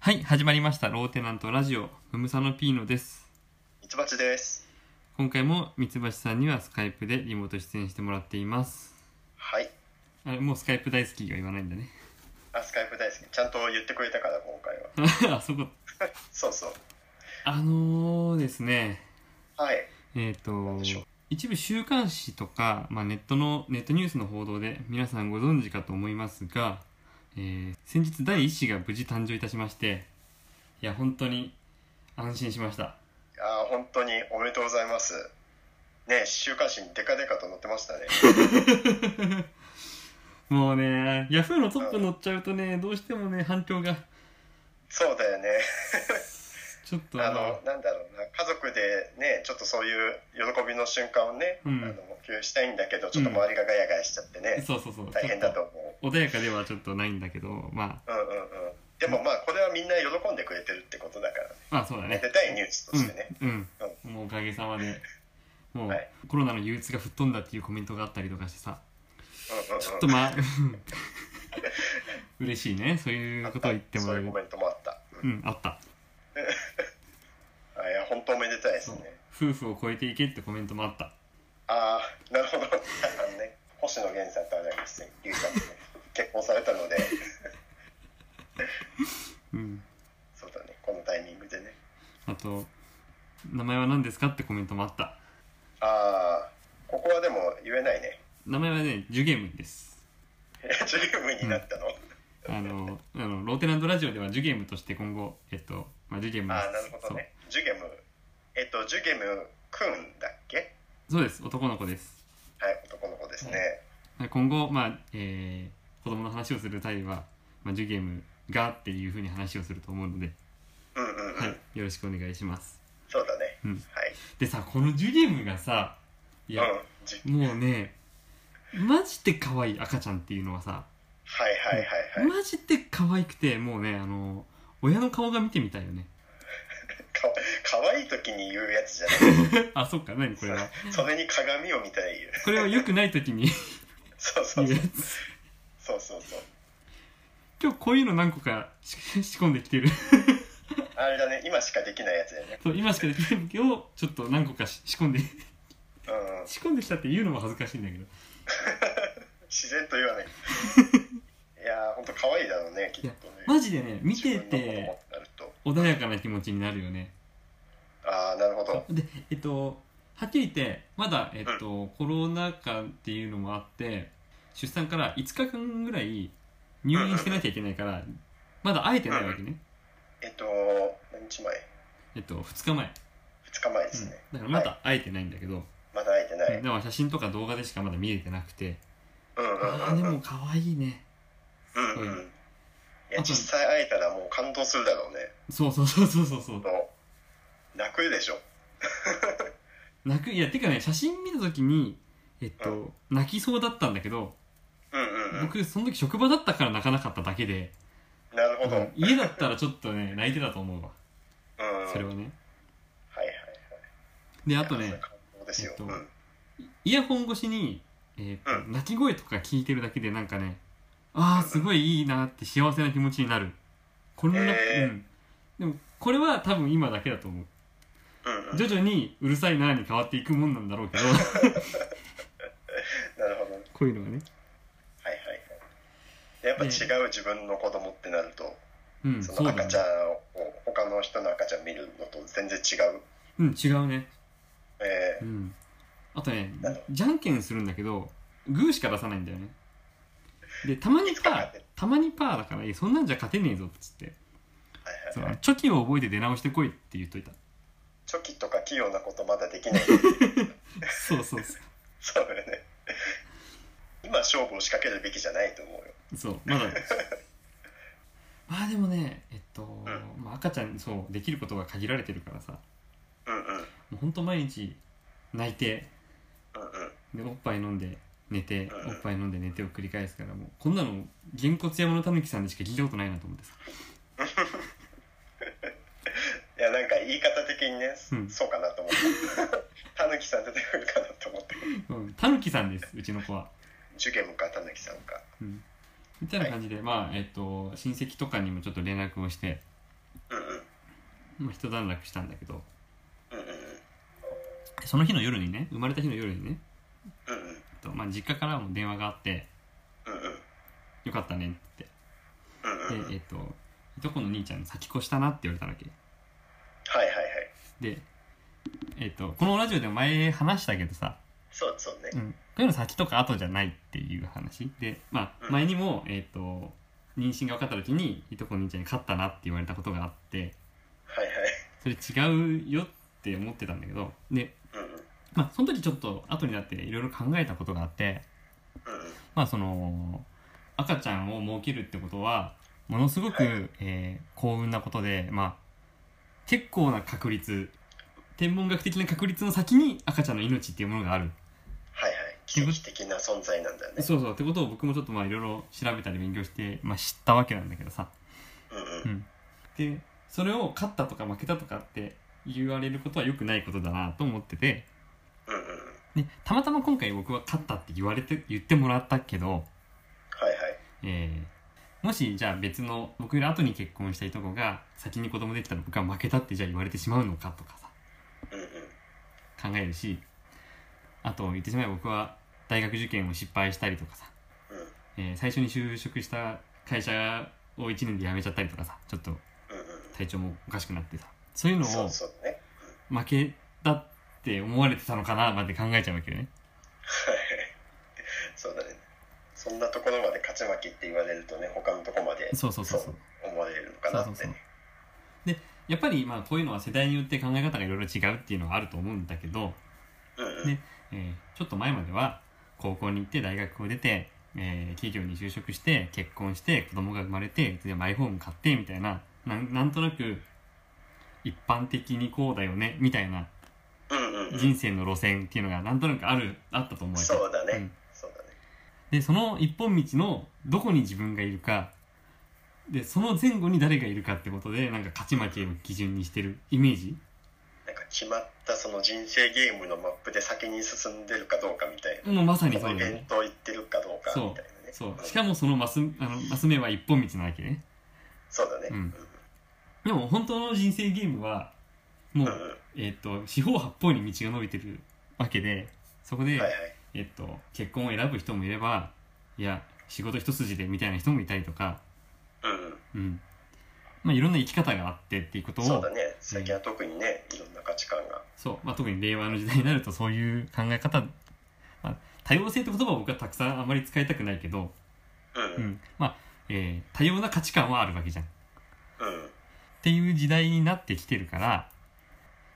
はい、始まりました。ローテナントラジオ、ムムサノピーノです。ミツバチです。今回も三橋さんにはスカイプでリモート出演してもらっています。はい。あれ、もうスカイプ大好きが言わないんだね。 あ、スカイプ大好き。ちゃんと言ってくれたから、今回は。あ、そこ。そうそう。あのーですね、はい。えっ、んでしょとう、一部週刊誌とか、まあ、ネットの、ネットニュースの報道で皆さんご存知かと思いますが、えー先日第一子が無事誕生いたしまして、いや、本当に安心しました。あー本当におめでとうございます。ね週刊誌にデカデカと載ってましたね。もうね、ヤフーのトップ乗っちゃうとね、どうしてもね、反響が、そうだよね。ちょっと、あの、なんだろうな。家族でね、ちょっとそういう喜びの瞬間をね、うんあの共有したいんだけど、ちょっと周りがガヤガヤしちゃってね、そうそうそう、大変だちとょっ思う。と。穏やかではちょっとないんだけど、まうんうんうん。でもまあ、これはみんな喜んでくれてるってことだから、あ、まあそうだね、ね。出たいニュースとしてね。うん、うん。もうおかげさまで、もう、はいコロナの憂鬱が吹っ飛んだっていうコメントがあったりとかしてさ、うんうんうん。ちょっとまあ、 嬉しいね、そういうことを言ってもらえそういうるコ。メントもあった。うんうん、あった。あいや本当おめでたいですそうね夫婦を超えていけってコメントもあった。ああなるほどあのね星野源さんと荒木優さんとね結婚されたのでうん。そうだねこのタイミングでねあと、名前は何ですかってコメントもあった。ああここはでも言えないね名前はね、ジュゲムです。十分になったの、あの、あの、ローテナントラジオではジュゲームとして今後、えっと、まあ、ジュゲームああなるほどねジュゲムえっとジュゲムくんだっけそう。そうです、男の子です。はい男の子ですね、今後、まあ、えー、子供の話をする際は、まあ、ジュゲームがっていうふうに話をすると思うので、うんうんうん、はい、よろしくお願いします。そうだね、うんはいでさ、このジュゲームがさ、いや、うんじもうね、マジで可愛い赤ちゃんっていうのはさ、はいはいはいはいマジで可愛くて、もうね、あの、親の顔が見てみたいよね。か かわいい時に言うやつじゃないあ、そっか、何これは。それに鏡を見たら言う これは良くない時にそうそ言ううそうやつ。そうそうそう今日こういうの何個かし仕込んできてるあれだね、今しかできないやつだよね。そう今しかできないけどちょっと何個かし仕込んでうん、仕込んできたって言うのも恥ずかしいんだけど自然と言 わない。いやー、ほんと可愛いだろうね、きっとね。マジでね見て自分てのことになると。穏やかな気持ちになるよねあー、なるほど。でえっとはっきり言ってまだ、えっとコロナ禍っていうのもあって出産から5日間ぐらい入院してなきゃいけないからまだ会えてないわけねえっと、何日前えっと2日前、 ?2 日前でうすんね。だからまはだ会えてないんだけど、いまだ会えてない。でも写真とか動画でしかまだ見れてなくてうんああうんでうんうん。も可愛いねうんううんうん。いや、実際会えたらもう感動するだろうね。そうそうそうそうそうそうほんと泣くでしょ。泣くいやてかね写真見た時にえっと、う泣きそうだったんだけど、うんうんうん。僕その時職場だったから泣かなかっただけで、なるほど。ううんん。家だったらちょっとね泣いてたと思うわそれははねいはいはい。であといやそれね感動ですよえっ。うとん。イヤホン越しに、えっとう泣き声とか聞いてるだけでなんかねああすごいいいなって幸せな気持ちになるこんな、へーうんでもこれは多分今だけだと思ううんうん。徐々にうるさいなーに変わっていくもんなんだろ うけどなるほど。こういうのはねはいはいはいでやっぱ違う自分の子供ってなると、うんそのそうだ赤ちゃんねを他の人の赤ちゃん見るのと全然違う、うん違うねえうん、あとねなるほじゃんけんするんだけどグーしか出さないんだよねでたまにいつかパー勝てるたまにパーだからいやそんなんじゃ勝てねえぞっつってーそはいのはいはい、チョキを覚えて出直してこいって言っといたチョキとか器用なことまだで きないそうそうそそうだよね今勝負を仕掛けるべきじゃないと思うようそうまだまあでもねえっと、んまあ、赤ちゃんそうできることが限られてるからさもうんうんうほんと毎日泣いてうんうんでおっぱい飲んで寝てうんおっぱい飲んで寝てを繰り返すからもうこんなのげんこつ山のたぬきさんでしか聞いたことないなと思ってさいやなんか言い方的にね、うんそうかなと思ったたぬきさん出てくるかなと思ってうんたぬきさんですうちの子はジュゲムかたぬきさんかうんみたいな感じで、まあえっと親戚とかにもちょっと連絡をしてうんうんまあ、一段落したんだけどうんうんその日の夜にね生まれた日の夜にね、うんうんえっとまあ、実家からも電話があってうんうん「よかったね」ってうんうんうんでえっといとこの兄ちゃんに先越したなって言われたわけはいはいはいでえっとこのラジオでも前話したけどさ、そうそうねうん、こういうの先とか後じゃないっていう話でまあうん前にも、えっと妊娠が分かった時にいとこの兄ちゃんに勝ったなって言われたことがあってはいはいそれ違うよって思ってたんだけどでうんうんまあその時ちょっと後になっていろいろ考えたことがあってうんうんまあその赤ちゃんを設けるってことはものすごく、えー幸運なことでまあ結構な確率天文学的な確率の先に赤ちゃんの命っていうものがあるはいはい奇跡的な存在なんだよねそうそうってことを僕もちょっとまあいろいろ調べたり勉強して、まあ、知ったわけなんだけどさ、うんうんうん、でそれを勝ったとか負けたとかって言われることは良くないことだなと思っててうんうんうんでたまたま今回僕は勝ったって言われて言ってもらったけどはいはいえーもしじゃあ別の僕より後に結婚したいとこが先に子供できたら僕は負けたってじゃあ言われてしまうのかとかさうんうん考えるしあと言ってしまえば僕は大学受験を失敗したりとかさ、うんえー最初に就職した会社を1年で辞めちゃったりとかさちょっとうんうん体調もおかしくなってさそういうのそをうそうね負けだって思われてたのかななんて考えちゃうわけよねはいそうだねそんなところまで勝ち負けって言われるとね他のとこまでそうそうそうそう思われるのかなってそうそうそうやっぱりまあこういうのは世代によって考え方がいろいろ違うっていうのはあると思うんだけどうんうんねえーちょっと前までは高校に行って大学を出て、えー企業に就職して結婚して子供が生まれてでマイホーム買ってみたいななんなんとなく一般的にこうだよねみたいなうんうんうん人生の路線っていうのがなんとなくあるあったと思われてそうだね、んそうだねでその一本道のどこに自分がいるかでその前後に誰がいるかってことでなんか勝ち負けを基準にしてるイメージなんか決まったその人生ゲームのマップで先に進んでるかどうかみたいな、もうまさにそこのうイだベよンねト行ってるかどうかみたいなねそうしんかもそのマスあのマス目は一本道なわけねそうだねううんんでも本当の人生ゲームはもうんう、うんはいえっと四方八方に道が伸びてるわけでそこで、はいえっと結婚を選ぶ人もいればいや仕事一筋でみたいな人もいたりとか、うんうんまあ、いろんな生き方があってっていうことをそうだね最近は特にね、いろんな価値観がそうまあ、特に令和の時代になるとそういう考え方、まあ、多様性って言葉は僕はたくさんあまり使いたくないけど、うんううんんまあえー多様な価値観はあるわけじゃん。うんっていう時代になってきてるから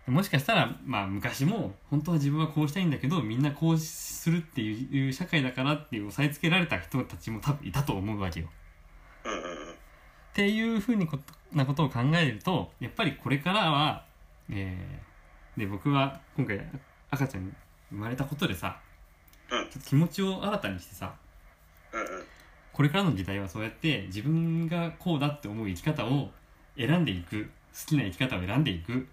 もしかしたら、まあ、昔も本当は自分はこうしたいんだけどみんなこうするっていう社会だからっていう押さえつけられた人たちも多分いたと思うわけよ。うんうんっていうふうにことなことを考えるとやっぱりこれからは、えーで僕は今回赤ちゃん生まれたことでさうんちょっと気持ちを新たにしてさうんうんこれからの時代はそうやって自分がこうだって思う生き方を選んでいく好きな生き方を選んでいくはいはいはい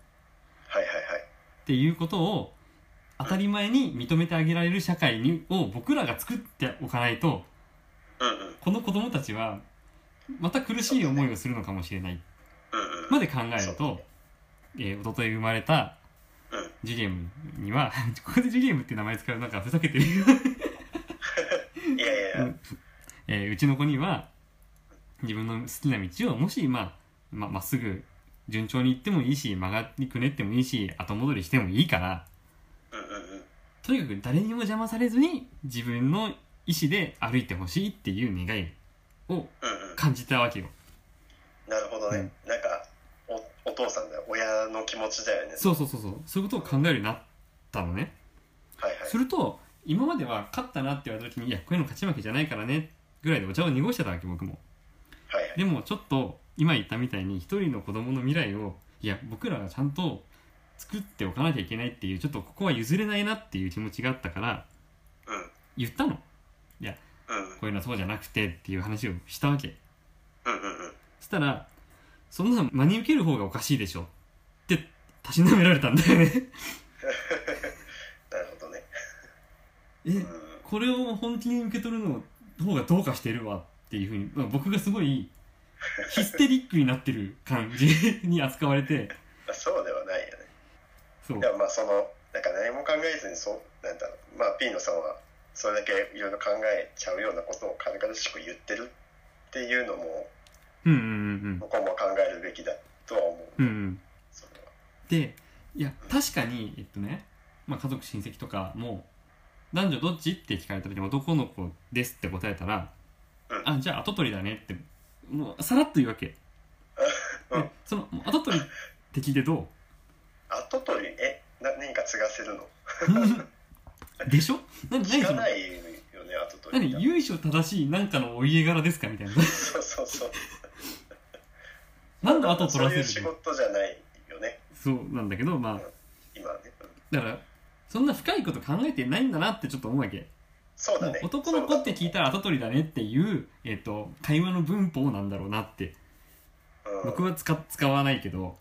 っていうことを当たり前に認めてあげられる社会にを僕らが作っておかないとうんうんこの子供たちはまた苦しい思いをするのかもしれないうんうんまで考えるそうと、えー、一昨日生まれたうんジュゲームには ここでジュゲームって名前使うなんかふざけてる、 いやいやいや、うんえーうちの子には自分の好きな道をもし、まあ、ままっすぐ順調に行ってもいいし曲がりくねってもいいし後戻りしてもいいからうんうんうんとにかく誰にも邪魔されずに自分の意思で歩いてほしいっていう願いをうんうん感じたわけよなるほどね、なんかおお父さんだよ親の気持ちだよねそうそうそうそうそういうことを考えるようになったのねはいはいすると今までは勝ったなって言われた時にいやこういうの勝ち負けじゃないからねぐらいでお茶を濁してたわけ僕もはいはいでもちょっと今言ったみたいに一人の子供の未来をいや僕らがちゃんと作っておかなきゃいけないっていうちょっとここは譲れないなっていう気持ちがあったからうん言ったのこうんういうのはそうじゃなくてっていう話をしたわけうんうんうんそしたら、そんなの真に受ける方がおかしいでしょ。って、たしなめられたんだよね。なるほどねえう、ん これを本気に受け取るの方がどうかしてるわっていうふうに、まあ僕がすごい、ヒステリックになってる感じに扱われてまあそうではないよねそうでもまあそのなんか何も考えずにそうなんだろうまあ P のさんはそれだけいろいろ考えちゃうようなことを軽々しく言ってるっていうのもうんうん僕はもう考えるべきだとは思ううんうんうんそれはでいや確かにえっとね、まあ、家族親戚とかも男女どっちって聞かれた時に男の子ですって答えたら、うんあじゃあ後取りだねってもうさらっと言うわけ、うんでその後取りって聞いてどう 後取りえな何か継がせるのでしょ何聞何かそのないよね後取り何由緒正しいなんかのお家柄ですかみたいな そうそうそうなんで後取そうらいうせ仕るの事じゃないよねそうなんだけどまあ今はねうんだからそんな深いこと考えてないんだなってちょっと思うわけそうだもねう男の子って聞いたら後取りだねっていう、えっと会話の文法なんだろうなってうん僕は使使わないけど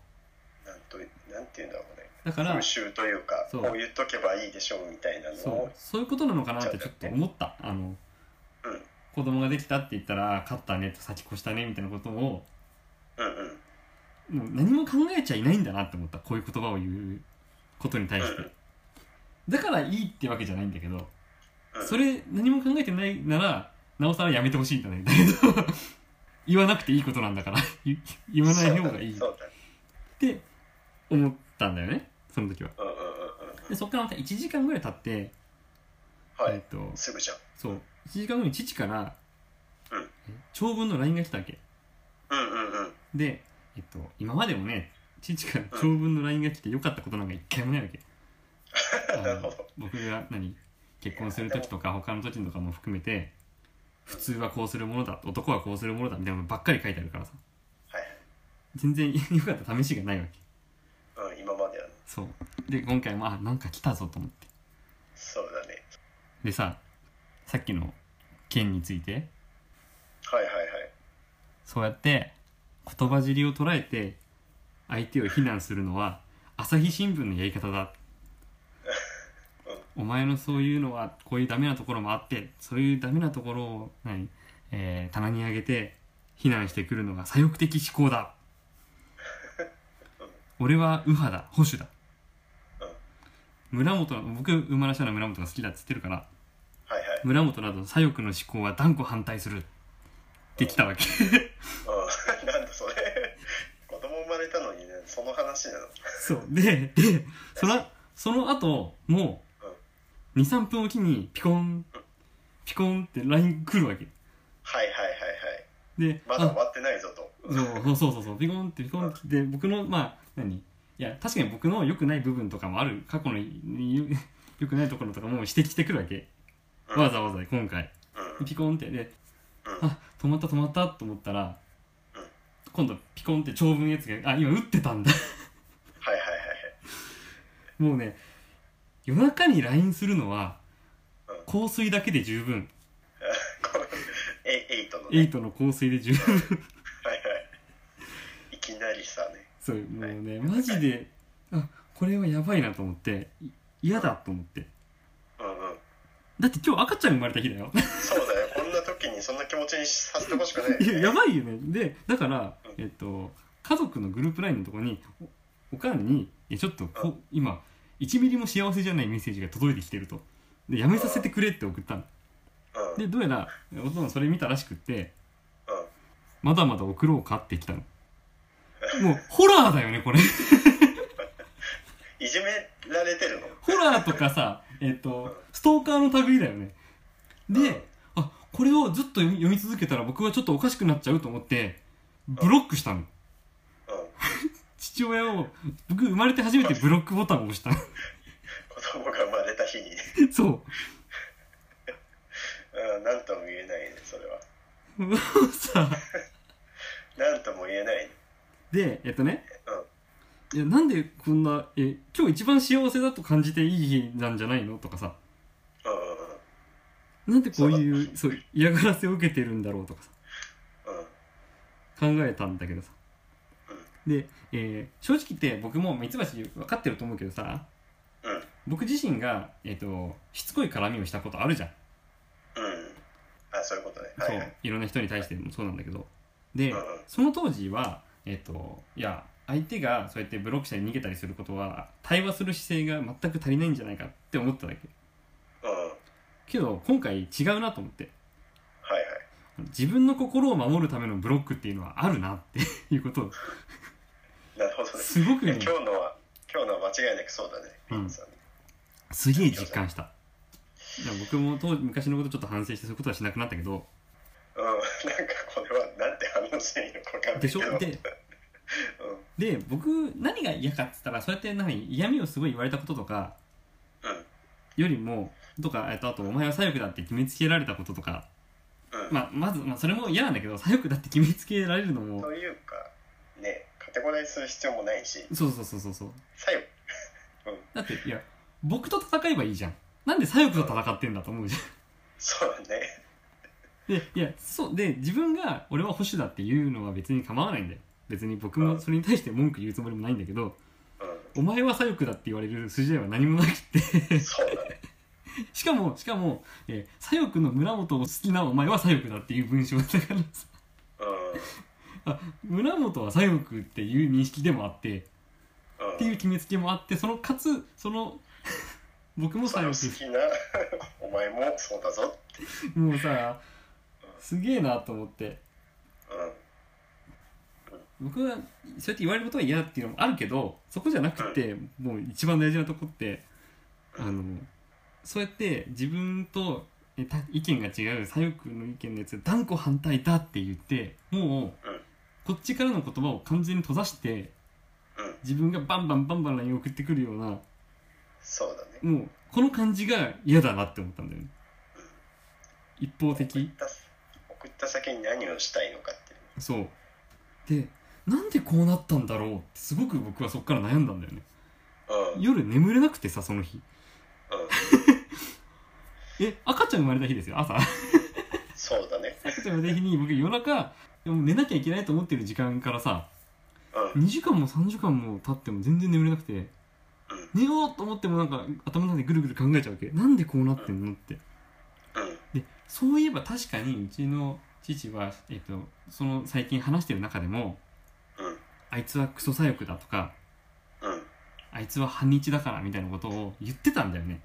なんとなんていうんだろうねだから風習というかそうこう言っとけばいいでしょうみたいなのそうをそういうことなのかなってちょっと思ったあのうん子供ができたって言ったら勝ったねと先越したねみたいなことをうんうんもう何も考えちゃいないんだなって思ったこういう言葉を言うことに対してうんだからいいってわけじゃないんだけどうんそれ何も考えてないならなおさらやめてほしいんだね 言わなくていいことなんだから 言言わない方がいいっそうだねて思ったんだよねその時はそうだねうんうんうんうんでそっからまた1時間ぐらい経って、はえっいとすぐじゃんそう1時間後に父から、うんえ長文の LINE が来たわけうんうんうんで、えっと、今までもね父からうん長文の LINE が来て良かったことなんか一回もないわ けあのなるほど僕が何結婚する時とか他の時とかも含めてうん普通はこうするものだ男はこうするものだみたいなのばっかり書いてあるからさはい全然良かった試しがないわけはいうん今まではねそうで今回もあなんか来たぞと思ってそうだねでささっきの件についてはいはいはいそうやって言葉尻を捉えて相手を非難するのは朝日新聞のやり方だお前のそういうのはこういうダメなところもあってそういうダメなところを何、えー棚に上げて非難してくるのが左翼的思考だ俺は右派だ保守だ村本の僕馬らしの村本が好きだって言ってるからはいはい村本など左翼の思考は断固反対するってきたわけうん なんだそれ子供生まれたのにねその話なのそう。で、で、その、その後、もう、2、3分おきに、ピコン、ピコンって LINE 来るわけ。はいはいはいはいで、まだ終あ、わってないぞとそうそうそうそう、ピコンってピコンって来て、僕の、まあ、何いや、確かに僕の良くない部分とかもある、過去のい良くないところとかも指摘してくるわけ。うんわざわざ今回。うんピコンって。で、うんあ、止まった止まったと思ったらうん、今度ピコンって長文やつが、あ、今打ってたんだ。はいはいはいもうね、夜中に LINE するのはうん、香水だけで十分。このえ エイトのエねイトの香水で十 分。はいはいいきなりさねそう、もうね、マジで、あ、これはやばいなと思って、い嫌だと思って。うんうんだって今日赤ちゃん生まれた日だよ。そうだよこんな時にそんな気持ちにさせてほしくない いや、やよねばいよね。で、だからうん、えっと、家族のグループラインのとこに、おおかんに、いやちょっとこ、今、1ミリも幸せじゃないメッセージが届いてきてると。で、やめさせてくれって送ったの。うんうんで、どうやら、お父さんそれ見たらしくって、まだまだ送ろうかってきたの。もう、ホラーだよね、これ。いじめられてるのホラーとかさ、えっ、と、ストーカーの類だよね。で、あ、これをずっと読み読み続けたら僕はちょっとおかしくなっちゃうと思って、ブロックしたの。うん父親を、僕生まれて初めてブロックボタンを押したの。子供が生まれた日にそ うんなんとも言えないねそれはう。もうさ、なんとも言えないで、えっとね、うんいや、なんでこんな、え、今日一番幸せだと感じていい日なんじゃないのとかさ、うんうんうんなんでこういそうう、そう、嫌がらせを受けてるんだろうとかさ。うん考えたんだけどさで、えー正直言って僕もミツバチ分かってると思うけどさうん僕自身が、えっとしつこい絡みをしたことあるじゃん、うんあそういうことねはいはいそういろんな人に対してもそうなんだけどでうんうんその当時はえっ、といや相手がそうやってブロックしたり逃げたりすることは対話する姿勢が全く足りないんじゃないかって思っただけうんけど今回違うなと思ってはいはい自分の心を守るためのブロックっていうのはあるなっていうことをなるほどねすごくいやね今日のは今日のは間違いなくそうだね、うんピンさんすげえ実感しただから僕も当時昔のことちょっと反省してそういうことはしなくなったけどうん、なんかこれはなんて話していいのか分かんないでけしょどでうんうんで僕何が嫌かっつったらそうやって何嫌味をすごい言われたこととかよりもとかえっとあとお前は左翼だって決めつけられたこととか、うん、まあ、まず、まあ、それも嫌なんだけど左翼だって決めつけられるのもというかねカテゴライズする必要もないしそうそうそうそうそう左右だっていや僕と戦えばいいじゃんなんで左翼と戦ってんだと思うじゃんそうだねでいやそうで自分が俺は保守だっていうのは別に構わないんだよ別に僕もそれに対して文句言うつもりもないんだけどお前は左翼だって言われる筋合いは何もなくって うんそうだねしかもしかも、えー左翼の村本を好きなお前は左翼だっていう文章だからさうんうんあ村本は左翼っていう認識でもあってっていう決めつけもあってそのかつその 僕もそれを左好翼きなお前もそうだぞ もうさすげえなと思ってう僕はそうやって言われることは嫌っていうのもあるけどそこじゃなくてもう一番大事なとこってあのそうやって自分とえた意見が違う左翼の意見のやつ断固反対だって言ってもううんこっちからの言葉を完全に閉ざしてんうん自分がバンバンバンバン LINE を送ってくるようなそうだねもうこの感じが嫌だなって思ったんだよね一方的送った送った先に何をしたいのかっていうそうでなんでこうなったんだろうってすごく僕はそっから悩んだんだよねうん夜眠れなくてさその日うんえ赤ちゃん生まれた日ですよ朝そうだね赤ちゃん生まれた日に僕夜中でも寝なきゃいけないと思ってる時間からさうん2時間も3時間も経っても全然眠れなくてうん寝ようと思ってもなんか頭の中でぐるぐる考えちゃうわけなんでこうなってんのってうんでそういえば確かにうちの父は、えっとその最近話してる中でもうんあいつはクソ左翼だとかうんあいつは反日だからみたいなことを言ってたんだよね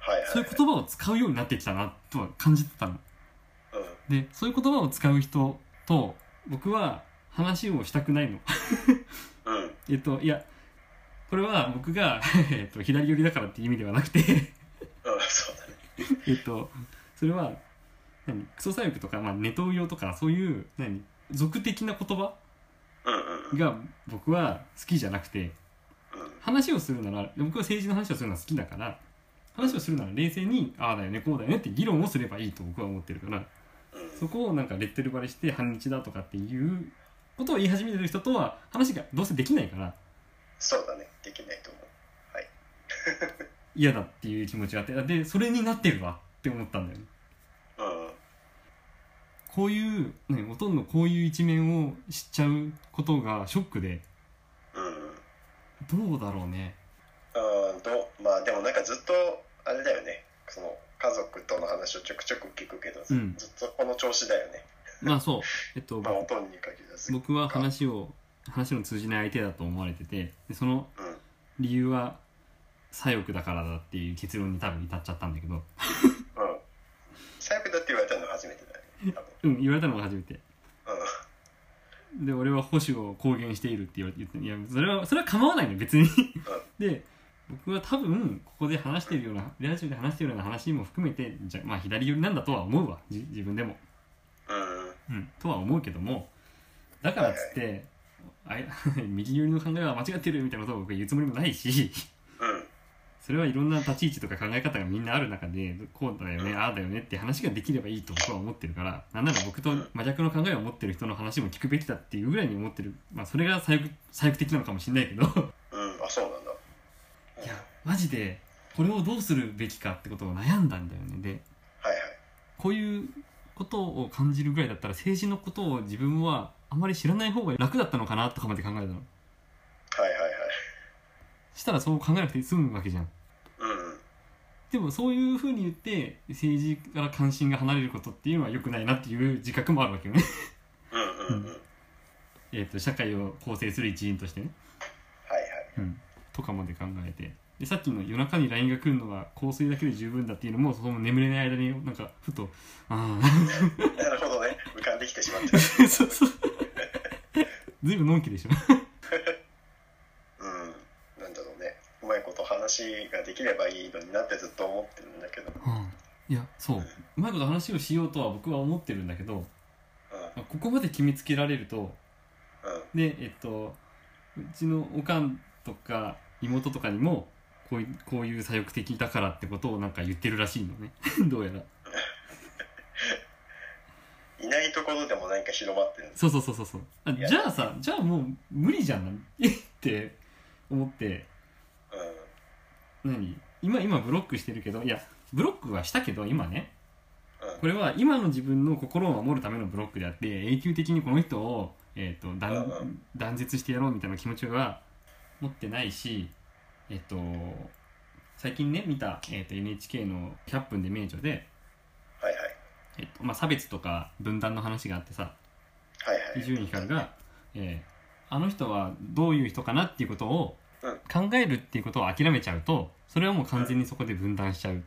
はいはいはいそういう言葉を使うようになってきたなとは感じてたのうんでそういう言葉を使う人と僕は話をしたくないの うんえっといやこれは僕が、 えっと、左寄りだからっていう意味ではなくて うんそうだねえっとそれは何クソ左翼とか、まあ、ネトウヨとかそういう何俗的な言葉うんうんうんが僕は好きじゃなくてうん話をするなら僕は政治の話をするのは好きだから話をするなら冷静にああだよねこうだよねって議論をすればいいと僕は思ってるからうんそこをなんかレッテルバレして反日だとかっていうことを言い始めてる人とは話がどうせできないからそうだねできないと思う嫌だっていう気持ちがあってでそれになってるわって思ったんだよねうんこういう、ね、ほとんどこういう一面を知っちゃうことがショックでうんどうだろうねうんどうまあでもなんかずっとあれだよねその家族との話をちょくちょく聞くけど、うんずっとこの調子だよねまあそうえっとまあ音に限らず僕は話を話の通じない相手だと思われててでそのうん理由は左翼だからだっていう結論に多分至っちゃったんだけどうん最悪だって言われたの初めてだね多うん言われたのが初めて分で俺は保守を公言しているって言われ言っていやそれはそれは構わないの別にで僕は多分ここで話しているようなラジオで話しているような話も含めてじゃまあ左寄りなんだとは思うわじ自分でも、うんうんうん、とは思うけどもだからっつってあい 右寄りの考えは間違ってるみたいなことを僕は言うつもりもないしうんそれはいろんな立ち位置とか考え方がみんなある中でこうだよねああだよねって話ができればいいと僕は思ってるからなんなら僕と真逆の考えを持ってる人の話も聞くべきだっていうぐらいに思ってる、まあ、それが左翼左翼的なのかもしれないけどうんあそうなんだうんいやマジでこれをどうするべきかってことを悩んだんだよねではいはいこういうことを感じるぐらいだったら政治のことを自分はあまり知らない方が楽だったのかなとかまで考えたのはいはいはいしたらそう考えなくて済むわけじゃんうんでもそういうふうに言って政治から関心が離れることっていうのは良くないなっていう自覚もあるわけよね うんうんうんうんはいはいえー、と社会を構成する一員としてね、うん、とかまで考えてでさっきの夜中に LINE が来るのは香水だけで十分だっていうのもその眠れない間になんかふとあなるほどね浮かんできてしまってあ そうそうずいぶんのんきでしょうんなんだろうねうまいこと話ができればいいのになってずっと思ってるんだけどいやそううまいこと話をしようとは僕は思ってるんだけどうここまで決めつけられるとんうんでえっとうちのおかんとか妹とかにもこういうこういう左翼的だからってことをなんか言ってるらしいのね どうやらいないところでも何か広まってるんですそうそうそうそうそうあいやじゃあさじゃあもう無理じゃんなって思ってうんうん何今今ブロックしてるけどいやブロックはしたけど今ねうんこれは今の自分の心を守るためのブロックであって永久的にこの人を、えー、と断うんう断絶してやろうみたいな気持ちは持ってないし、えっと最近ね見た、えー、と NHK の「100分で名著で」はいはいえっとまあ、差別とか分断の話があってさはいはい伊集院光が、えーあの人はどういう人かなっていうことをうん考えるっていうことを諦めちゃうとそれはもう完全にそこで分断しちゃううん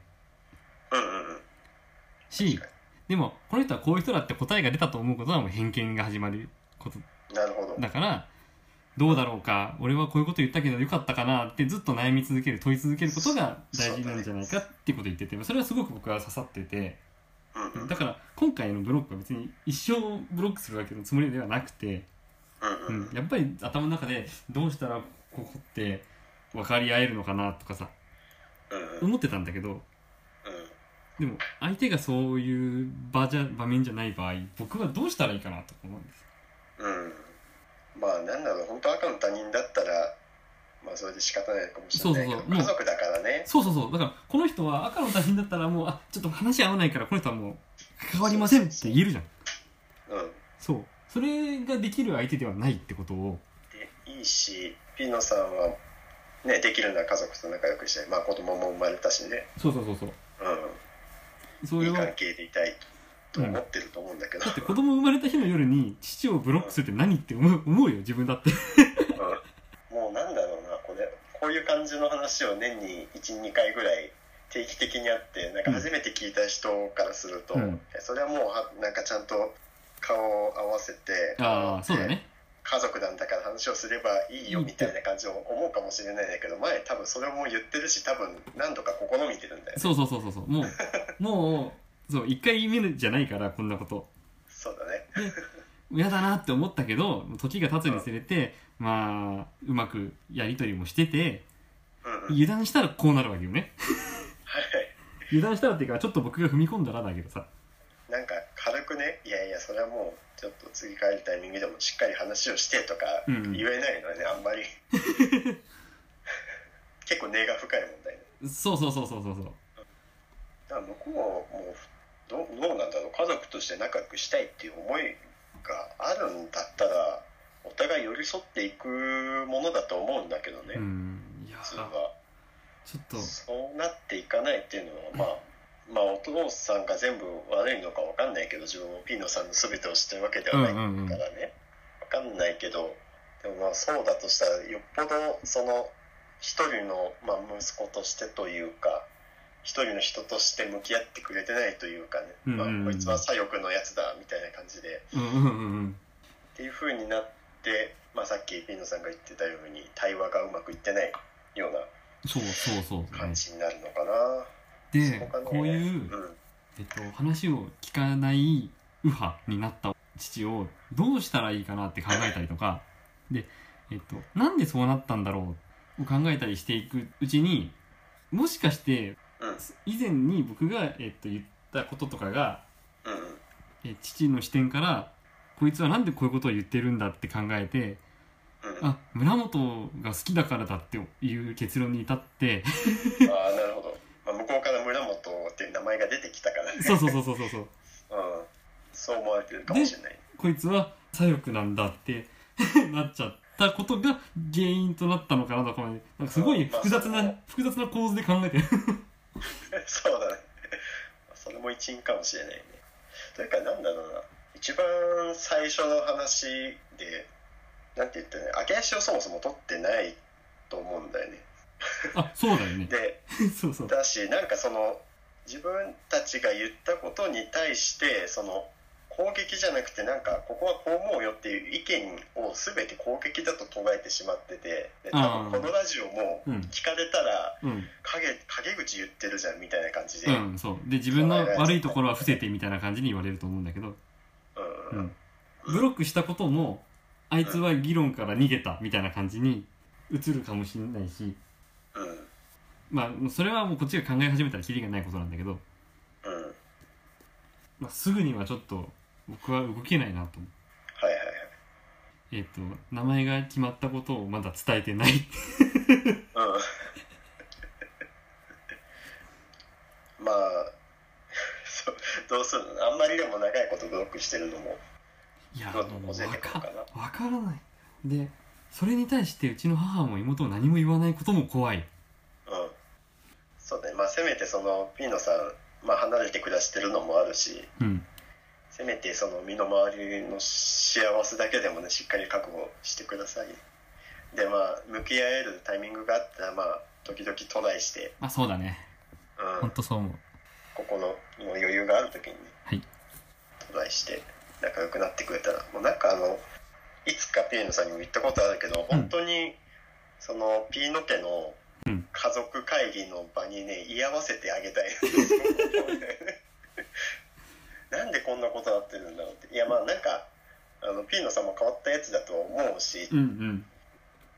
うんうんしでもこの人はこういう人だって答えが出たと思うことはもう偏見が始まることなるほどだからどうだろうか俺はこういうこと言ったけどよかったかなってずっと悩み続ける問い続けることが大事なんじゃないかっていうことを言っててそれはすごく僕は刺さっててうんうんうんだから今回のブロックは別に一生ブロックするわけのつもりではなくて、ううんん、やっぱり頭の中でどうしたらここって分かり合えるのかなとかさうんうん思ってたんだけどうんでも相手がそういう場じゃ場面じゃない場合僕はどうしたらいいかなと思うんです。うんまあなんだろう本当赤の他人だったらまあそれで仕方ないかもしれないけどそうそうそうもう家族だからねそうそうそうだからこの人は赤の他人だったらもうあちょっと話合わないからこの人はもう関わりませんって言えるじゃんうんそうそれができる相手ではないってことをでいいしピノさんはねできるなら家族と仲良くしてまあ子供も生まれたしねそうそうそうそうそうんいれいは関係でいたいと思ってると思うんだけどだって子供生まれた日の夜に父をブロックするって何って思う思うよ自分だってうんもうなんだろうなこれこういう感じの話を年に12回ぐらい定期的にあってなんか初めて聞いた人からすると、うんそれはもうはなんかちゃんと顔を合わせてああそうだね家族なんだから話をすればいいよみたいな感じを思うかもしれないんだけど前多分それも言ってるし多分何度か試みてるんだよねそうそうそうそうそうもうもうそう1回目じゃないからこんなことそうだね嫌だなって思ったけど時が経つにつれてまあうまくやり取りもしててうんうんはい油断したらこうなるわけよね油断したらっていうかちょっと僕が踏み込んだらだけどさなんか軽くねいやいやそれはもうちょっと次帰るタイミングでもしっかり話をしてとかうん言うんえないのはねあん まり結構根が深い問題ねそうそうそうそうそうそうだから向こうももうどうどうなんだろう家族として仲良くしたいっていう思いがあるんだったらお互い寄り添っていくものだと思うんだけどね、うんいや普通ーはちょっとそうなっていかないっていうのはまあ、まあお父さんが全部悪いのかわかんないけど自分もピーノさんの全てを知ってるわけではうんうんうないかんらねわかんないけどでもまあそうだとしたらよっぽどその一人の、まあ、息子としてというか一人の人として向き合ってくれてないというかね、うんうんうんまあ、こいつは左翼のやつだみたいな感じでうんうんうんうんっていう風になって、まあ、さっきピーノさんが言ってたように対話がうまくいってないようそうそうそうな感じになるのかな。でそうかねこういう、うんえっと、話を聞かない右派になった父をどうしたらいいかなって考えたりとかで、えっと、なんでそうなったんだろうを考えたりしていくうちにもしかしてうん以前に僕が、えっと、言ったこととかがうんえ父の視点からこいつはなんでこういうことを言ってるんだって考えてうん、ああ村本が好きだからだっていう結論に至ってあーなるほど、まあ、向こうから村本っていう名前が出てきたからねそうそうそうそうそうそううん、そう思われてるかもしれない こいつは左翼なんだって なっちゃったことが原因となったのかなとかまでなんかすごい複雑まあな複雑な構図で考えて る そうだねそれも一因かもしれないねというかなんだろうな一一番最初の話でなんて言ってね揚げ足をそもそも取ってないと思うんだよねあそうだよね でそうそうだしなんかその自分たちが言ったことに対してその攻撃じゃなくてなんかここはこう思うよっていう意見を全て攻撃だと捉えてしまっててで多分このラジオもうん聞かれたらうん陰陰口言ってるじゃんみたいな感じで、うんそうで自分の悪いところは伏せてみたいな感じに言われると思うんだけどうんうんブロックしたこともあいつは議論から逃げたみたいな感じに映るかもしれないしうんうんまあそれはもうこっちが考え始めたらキリがないことなんだけど、うんはいまあ、すぐにはちょっと僕は動けないなと思うはいえっ、と名前が決まったことをまだ伝えてないはいうん まあ そうどうするのあんまりでも長いことブロックしてるのもいやどんどんもこうじわれてくるかかなわからないでそれに対してうちの母も妹も何も言わないことも怖いうんそうねまあせめてそのピーノさん、まあ、離れて暮らしてるのもあるしうんせめてその身の回りの幸せだけでもねしっかり覚悟してくださいでまあ向き合えるタイミングがあったらまあ時々トライして、まあそうだねうほんん、とそう思うここのもう余裕がある時にね、はいトライして仲良くなってくれたらもうなんかあのいつかピーノさんにも言ったことあるけど、本当にそのピーノ家のうん家族会議の場にね居合わせてあ げたいなんでこんなことなってるんだろうっていやまあなんかあのピーノさんも変わったやつだと思うし、うんうん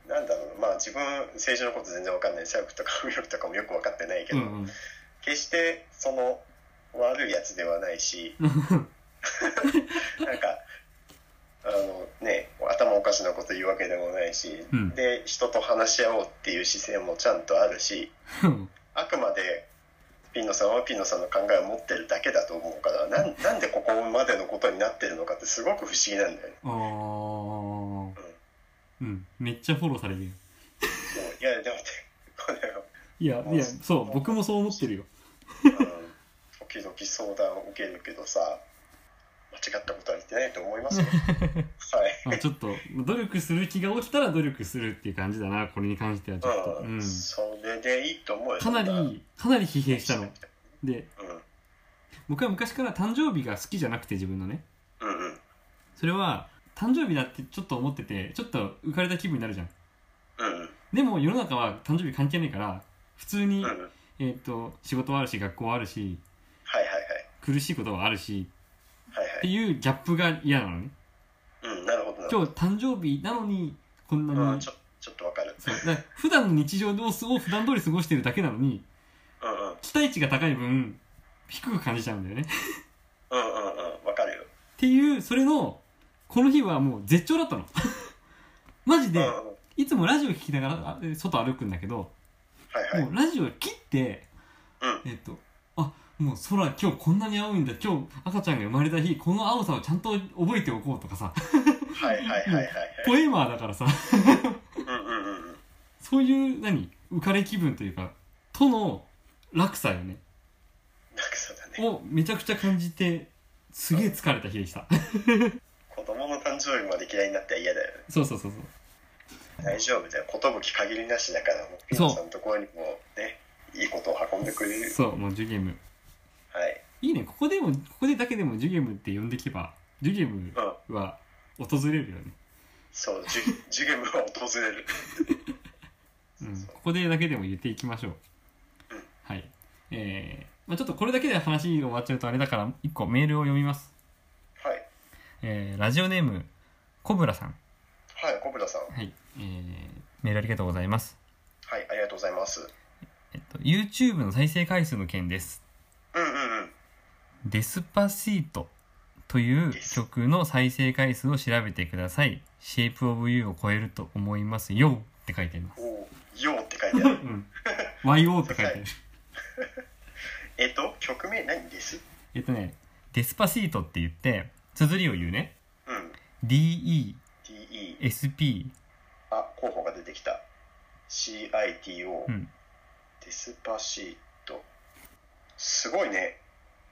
なんだろうまあ自分政治のこと全然わかんないシャークとか ウヨルとかもよく分かってないけうど、ん決してその悪いやつではないしうんなんかあのね頭おかしなこと言うわけでもないし、うんで人と話し合おうっていう姿勢もちゃんとあるし うんあくまでピンノさんはピンノさんの考えを持ってるだけだと思うからなんなんでここまでのことになってるのかってすごく不思議なんだよね。あーうんめっちゃフォローされてるそういやでもねこれはいやいやそう僕もそう思ってるようん時々相談を受けるけどさ間違ったことは言ってないと思いますよ。はい まあちょっと努力する気が起きたら努力するっていう感じだなこれに関してはちょっと、ううんん、それでいいと思うよかなそんりかなり疲弊したのでう僕は昔から誕生日が好きじゃなくて自分のねんうんうんそれは誕生日だってちょっと思っててちょっと浮かれた気分になるじゃんうんでも世の中は誕生日関係ないから普通に、うんうんえー、と仕事はあるし学校はあるしはいはい苦しいことはあるしはいっはていいうギャップが嫌なのねはいうんなるほどなる今ほ日誕生日なのにこんなに、どうんちょちょっとわかるそうだから普段の日常をを普段通り過ごしてるだけなのにうんうん期待値が高い分低く感じちゃうんだよねっうんうんうんわかるよていうそれのこの日はもう絶頂だったの マジうんうでんはいつもラジオ聞きながらあえ外歩くんだけどいはいもうラジオ切ってうんえっとあもう空今日こんなに青いんだ今日赤ちゃんが生まれた日この青さをちゃんと覚えておこうとかさはいはいはいはいはいポエマーだからさうんうんうんうんそういう何浮かれ気分というかとの落差よねなんかそうだねをめちゃくちゃ感じてすげえ疲れた日で した。子供の誕生日まで嫌いになったら嫌だよねそうそうそうそう。大丈夫だよ寿限りなしだからもうピそうノさんのところにもねいいことを運んでくれるそう、もうジュゲーム。はいいいね、ここでも、ここでだけでもジュゲームって呼んでけば、ジュゲームうんは訪れるよね。そうジュジュゲムは訪れる うん、ここでだけでも言っていきましょう。はい。えー、まあちょっとこれだけで話終わっちゃうとあれだから、一個メールを読みます。はいえー、ラジオネーム、コブラさん。はい小倉さんはい。えー、メールありがとうございます。はいありがとうございますえっと、YouTube の再生回数の件です。うんうんうんデスパシートという曲の再生回数を調べてください。シェイプオブユーを超えると思いますよって書いてあります。おーよーって書いて あるうん。YO って書いてある。えっと曲名何ですえっとね、デスパシートって言って、綴りを言うね。うん DE、 DE SP、あ候補が出てきた CITO、うん。デスパシートすごいね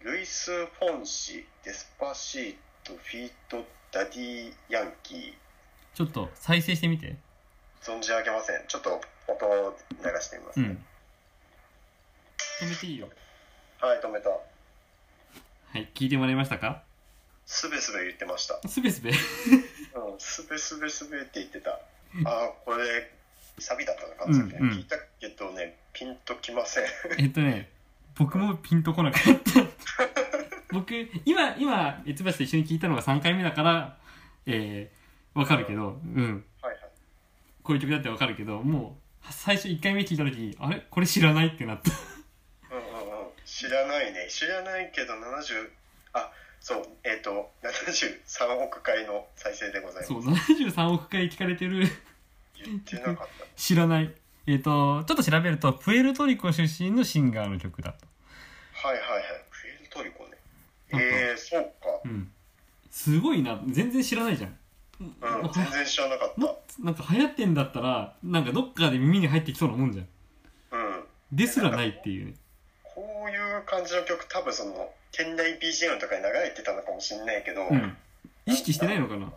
ルイス・フォンシデスパシーとフィートダディヤンキーちょっと再生してみて存じ上げませんちょっと音を流してみます、うねん止めていいよはい止めたはい聞いてもらいましたかすべすべ言ってましたすべすべうんすべすべすべって言ってたああこれサビだったのかな、うんうん聞いたけどねピンとき ませんえっとね僕もピンとこなかった 僕今今えつばしと一緒に聞いたのが3回目だからえー、わかるけどうんはいはいこういう曲だってわかるけどもう最初1回目聞いた時あれこれ知らないってなった うんうんうん知らないね知らないけど70あそうえっ、と73億回の再生でございますそう73億回聞かれてる言ってなかった知らないえっ、とちょっと調べるとプエルトリコ出身のシンガーの曲だとはいはいはいプエルトリコねうんうんえー、そうかうんすごいな全然知らないじゃんうん全然知らなかっもなんか流行ってんだったらなんかどっかで耳に入ってきそうなもんじゃんたうんですらないっていうねこういう感じの曲多分その店内 BGM とかに流れてたのかもしれないけど、うん意識してないのかなうん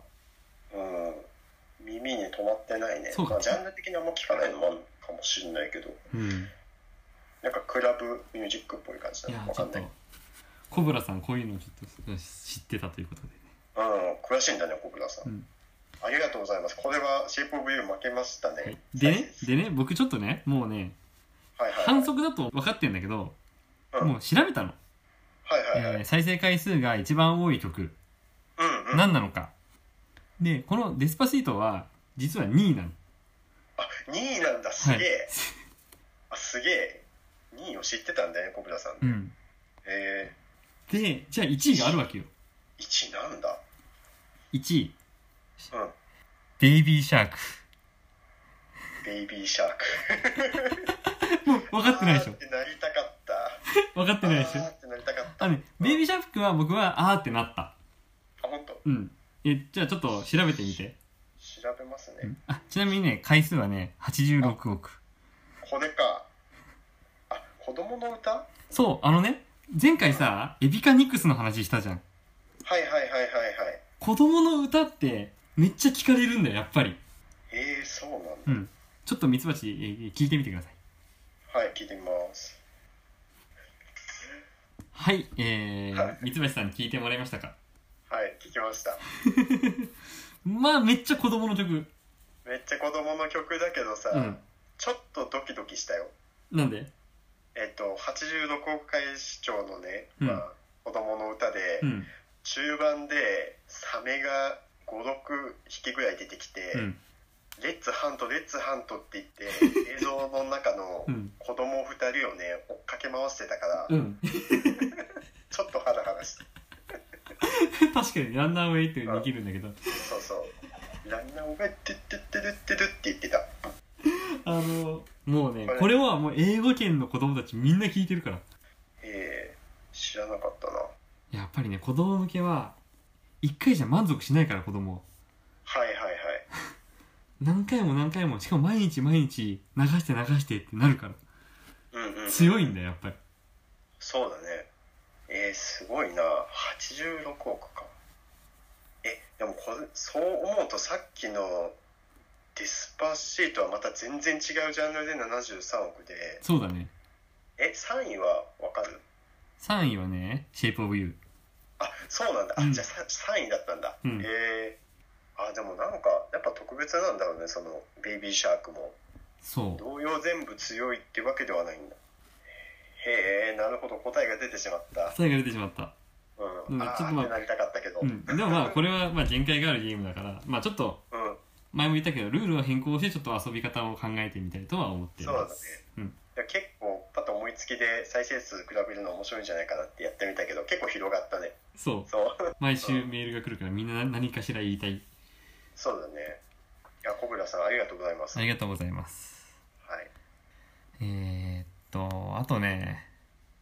耳に止まってないねそうかまあ、ジャンル的にあんま聞かないのもあるかもしれないけどうんなんかクラブミュージックっぽい感じいやなのーわちかょっんなといコブラさんこういうのちょっと知ってたということでねうん詳しいんだね小倉さん、うんありがとうございますこれはシェイプオブユー負けましたね、はいでねでね僕ちょっとねもうねはいはいはい反則だと分かってんだけどうんもう調べたのはいはいはえい、ー再生回数が一番多い曲うんうんあ何なのかでこの「デスパシート」は実は2位なの2位なんだすはげえい、 あすげえ2位を知ってたんだね小倉さん、うへん、えでじゃあ1位があるわけよ1位なんだ1位うんベイビーシャークベイビーシャーク もう分かってないでしあーょってなりたかった分かってないでしあーょってなりたかったあのねベイビーシャークは僕はあーってなったあ本当うんえじゃあちょっと調べてみて調べますね、あちなみにね回数はね86億これかあ子供の歌はそうあのね前回さエビカニクスの話したじゃんいはいはいはいはい子供の歌ってめっちゃ聞かれるんだよやっぱりえー、そうなんだ、うんちょっとミツバチえー聞いてみてくださいはい聞いてみますはい、えはー、三橋さんに聞いてもらいましたかはい聞きましたまあ、めっちゃ子供の曲。めっちゃ子供の曲だけどさ、うん。ちょっとドキドキしたよなんでえっと86億回視聴のね、うんまあ、子供の歌で、うん。中盤でサメが56匹ぐらい出てきて、うん。レッツハントレッツハントって言って 映像の中のうん。子供2人をね追っかけ回してたから、うん。 ちょっとハラハラした確かに、ランナーウェイってできるんだけど。そうそうランナーが「てってってるってる」って言ってたあの、もうねこれ、これはもう英語圏の子供たちみんな聞いてるから。えー、知らなかったなやっぱりね、子供向けは、一回じゃ満足しないから、子供は。はいはいはい何回も何回も、しかも毎日毎日流して流してってなるから。うんうん強いんだよ、やっぱり。そうだねえー、すごいな86億かえでもこれそう思うとさっきの「ディスパーシート」はまた全然違うジャンルで73億でそうだね。え3位はわかる3位はね、シェイプオブユー。あそうなんだ、うんあじゃあ 3, 位だったんだ、うんえー、あでもなんかやっぱ特別なんだろうねそのベイビーシャークもそう。同様全部強いってわけではないんだへえなるほど答えが出てしまった答えが出てしまった。うん、うんああちょっとまあってなりたかったけどううん、ん。でもまあ、これはまあ限界があるゲームだから、まあちょっと、前も言ったけどルールを変更してちょっと遊び方を考えてみたいとは思っていますうんいや結構パッと思いつきで再生数比べるの面白いんじゃないかなってやってみたけど結構広がったねそうそう 毎週メールが来るからみんな何かしら言いたいそうだねいや小倉さんありがとうございますあはいりがとうございますえー、っとあとね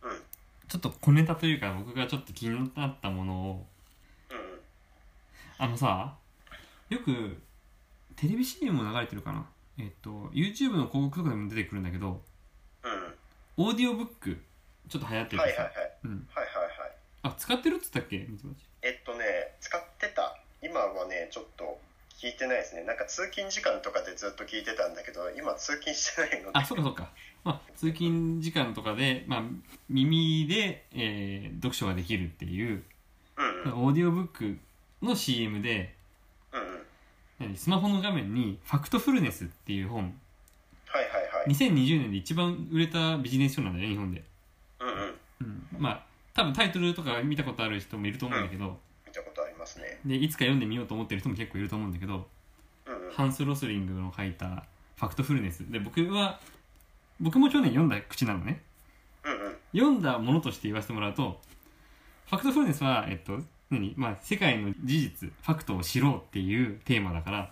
うんうんちょっと小ネタというか僕がちょっと気になったものをうんあのさよくテレビ CM も流れてるかなえーっと YouTube の広告とかでも出てくるんだけどうんオーディオブックちょっと流行ってるはいはいはかいさ、はいうん、はいはいあ使ってるっつったっけ三橋えっとね使っ聞いてないですねなんか通勤時間とかでずっと聞いてたんだけど今通勤してないのであそうかそうか、まあ、通勤時間とかで、まあ、耳で、えー読書ができるっていううんうんオーディオブックの CM でうんうん何スマホの画面に「ファクトフルネス」っていう本はいはいはい2020年で一番売れたビジネス書なんだよね日本で、うんうんうん、まあ多分タイトルとか見たことある人もいると思うんだけど、見たことありますねでいつか読んでみようと思ってる人も結構いると思うんだけどうんうんハンス・ロスリングの書いた「ファクトフルネス」で僕は僕も去年読んだ口なのねうんうん読んだものとして言わせてもらうとファクトフルネスはえっと何まあ世界の事実ファクトを知ろうっていうテーマだからは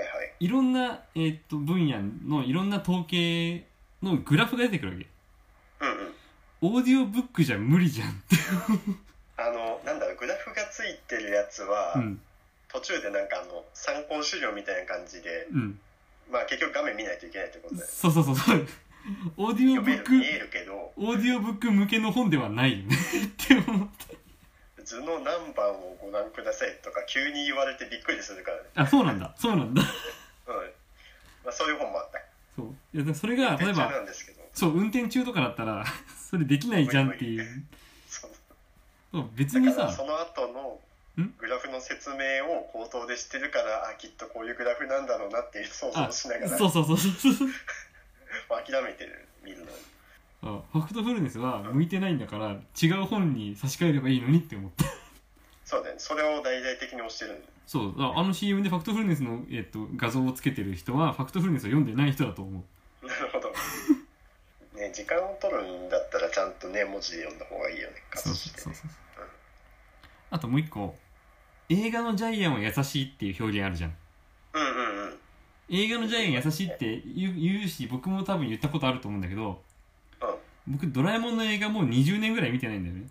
いはいいろんな、えっと分野のいろんな統計のグラフが出てくるわけうんうんオーディオブックじゃ無理じゃんってあのなんだろうグラフがついてるやつは、うん途中でなんかあの参考資料みたいな感じでうんまあ結局画面見ないといけないってことでそうそうそうそうオーディオブ読めッるク見えるけどオーディオブック向けの本ではないよねって思って図の何番をご覧くださいとか急に言われてびっくりするからね、 あそうなんだそうなんだうんまあ、そういう本もあったそういやそれが例え電車なばんですけどそう運転中とかだったら それできないじゃんっていうそうそう別にだからさその後のんグラフの説明を口頭で知ってるからあきっとこういうグラフなんだろうなっていう想像をしながらそうそうそうそうそうまあ諦めてる見るのあファクトフルネスは向いてないんだから違う本に差し替えればいいのにって思ったそうだよねそれを大々的に推してるそうああの CM でファクトフルネスの、えっと画像をつけてる人はファクトフルネスを読んでない人だと思うなる ほどね時間を取るんだったらちゃんとね文字で読んだ方がいいよねそう活字でそうそうそうあともう一個映画のジャイアンは優しいっていう表現あるじゃんうんうんうん映画のジャイアン優しいって言う言うし僕も多分言ったことあると思うんだけどうん僕ドラえもんの映画もう20年ぐらい見てないんだよね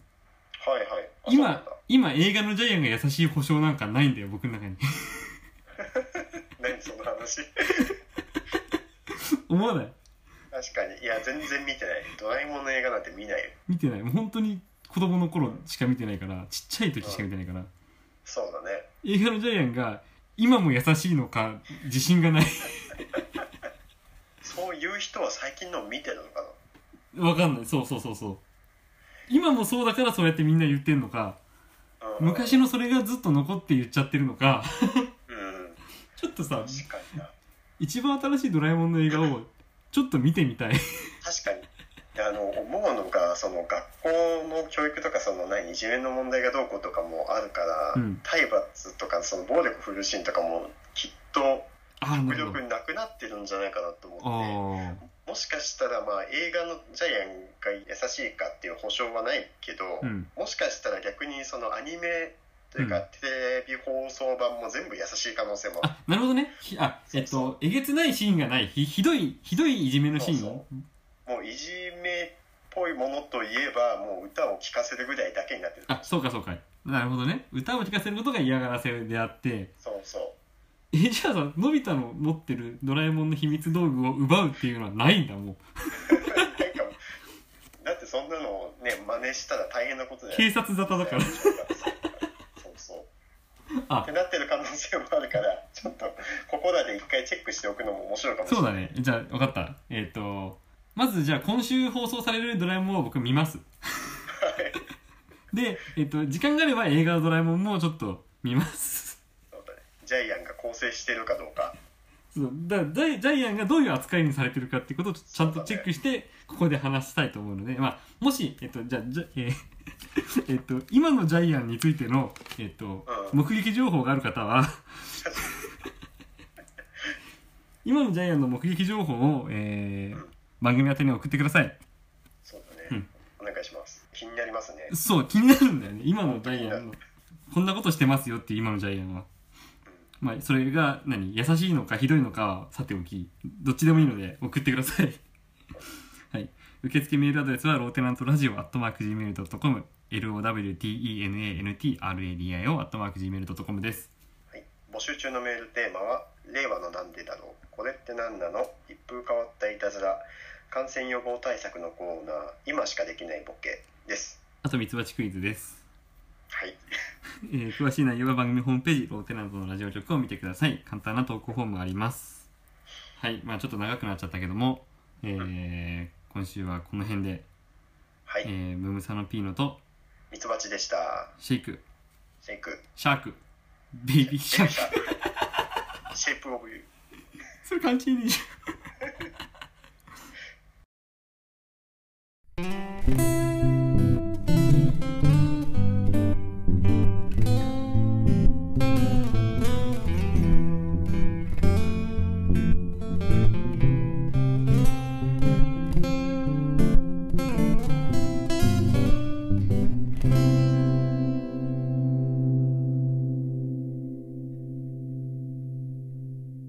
はいはいあそう今 なんだ今映画のジャイアンが優しい保証なんかないんだよ僕の中に 何その話思わない確かにいや全然見てないドラえもんの映画なんて見ないよ見てないもう本当に子供の頃しか見てないからちっちゃい時しか見てないからそうだね映画のジャイアンが今も優しいのか自信がないそういう人は最近のを見てるのかなわかんないそうそうそうそう今もそうだからそうやってみんな言ってんのかうん昔のそれがずっと残って言っちゃってるのかうんちょっとさ確かにな一番新しいドラえもんの映画をちょっと見てみたい確かにあの思うのがその学校の教育とかその何いじめの問題がどうこうとかもあるから、うん体罰とかその暴力振るシーンとかもきっと ああな迫るほ力なくなってるんじゃないかなとど思ってあもしかしたらまあ映画のジャイアンが優しいかっていう保証はないけど、あうんもしかしたら逆にそのアニメといううかんテレビ放送版も全部優しい可能性もあなるほどねひあえっそうそとえげつないシーンがないひひどいひどいいじめのシーンそうそもういじめっぽいものといえばもう歌を聴かせるぐらいだけになってるあそうかそうかなるほどね歌を聴かせることが嫌がらせであってそうそうえじゃあさのび太の持ってるドラえもんの秘密道具を奪うっていうのはないんだもうなんか だってそんなのね真似したら大変なことじゃない警察沙汰だから そうそうあってなってる可能性もあるからちょっとここらで一回チェックしておくのも面白いかもしそれうなだいねじゃあ分かったえっ、とまずじゃあ今週放送されるドラえもんを僕見ますで、えっと時間があれば映画のドラえもんもちょっと見ます そうだねジャイアンが構成してるかどうかそうだジャイジャイアンがどういう扱いにされてるかってことをちゃんとチェックしてここで話したいと思うので、まあ、もし、えっとじゃあじゃ、えーえっと今のジャイアンについての、えっとうん目撃情報がある方 は今のジャイアンの目撃情報を、えーうん番組宛てに送ってくださいそうだね、うんお願いします気になりますねそう気になるんだよね今のジャイアンのこんなことしてますよっていう今のジャイアンはまあそれが何優しいのかひどいのかはさておきどっちでもいいので送ってください はい受付メールアドレスはローテナントラジオアットマーク Gmail.com LOWTENANTRADIO アットマーク Gmail.com ですはい、募集中のメールテーマは「令和のなんでだろうこれって何なの一風変わったいたずら感染予防対策のコーナー今しかできないボケ」ですあとミツバチクイズですはいえー詳しい内容は番組ホームページ、ローテナントのラジオ局を見てください。簡単な投稿フォームがあります。はい、まあちょっと長くなっちゃったけども、えー今週はこの辺で、はえい、ー、ムムサノピーノとミツバチでした。シェイク、シェイク。シャーク、ベイビーシャーク。シェイプオブユー。それ関係ねえじゃん。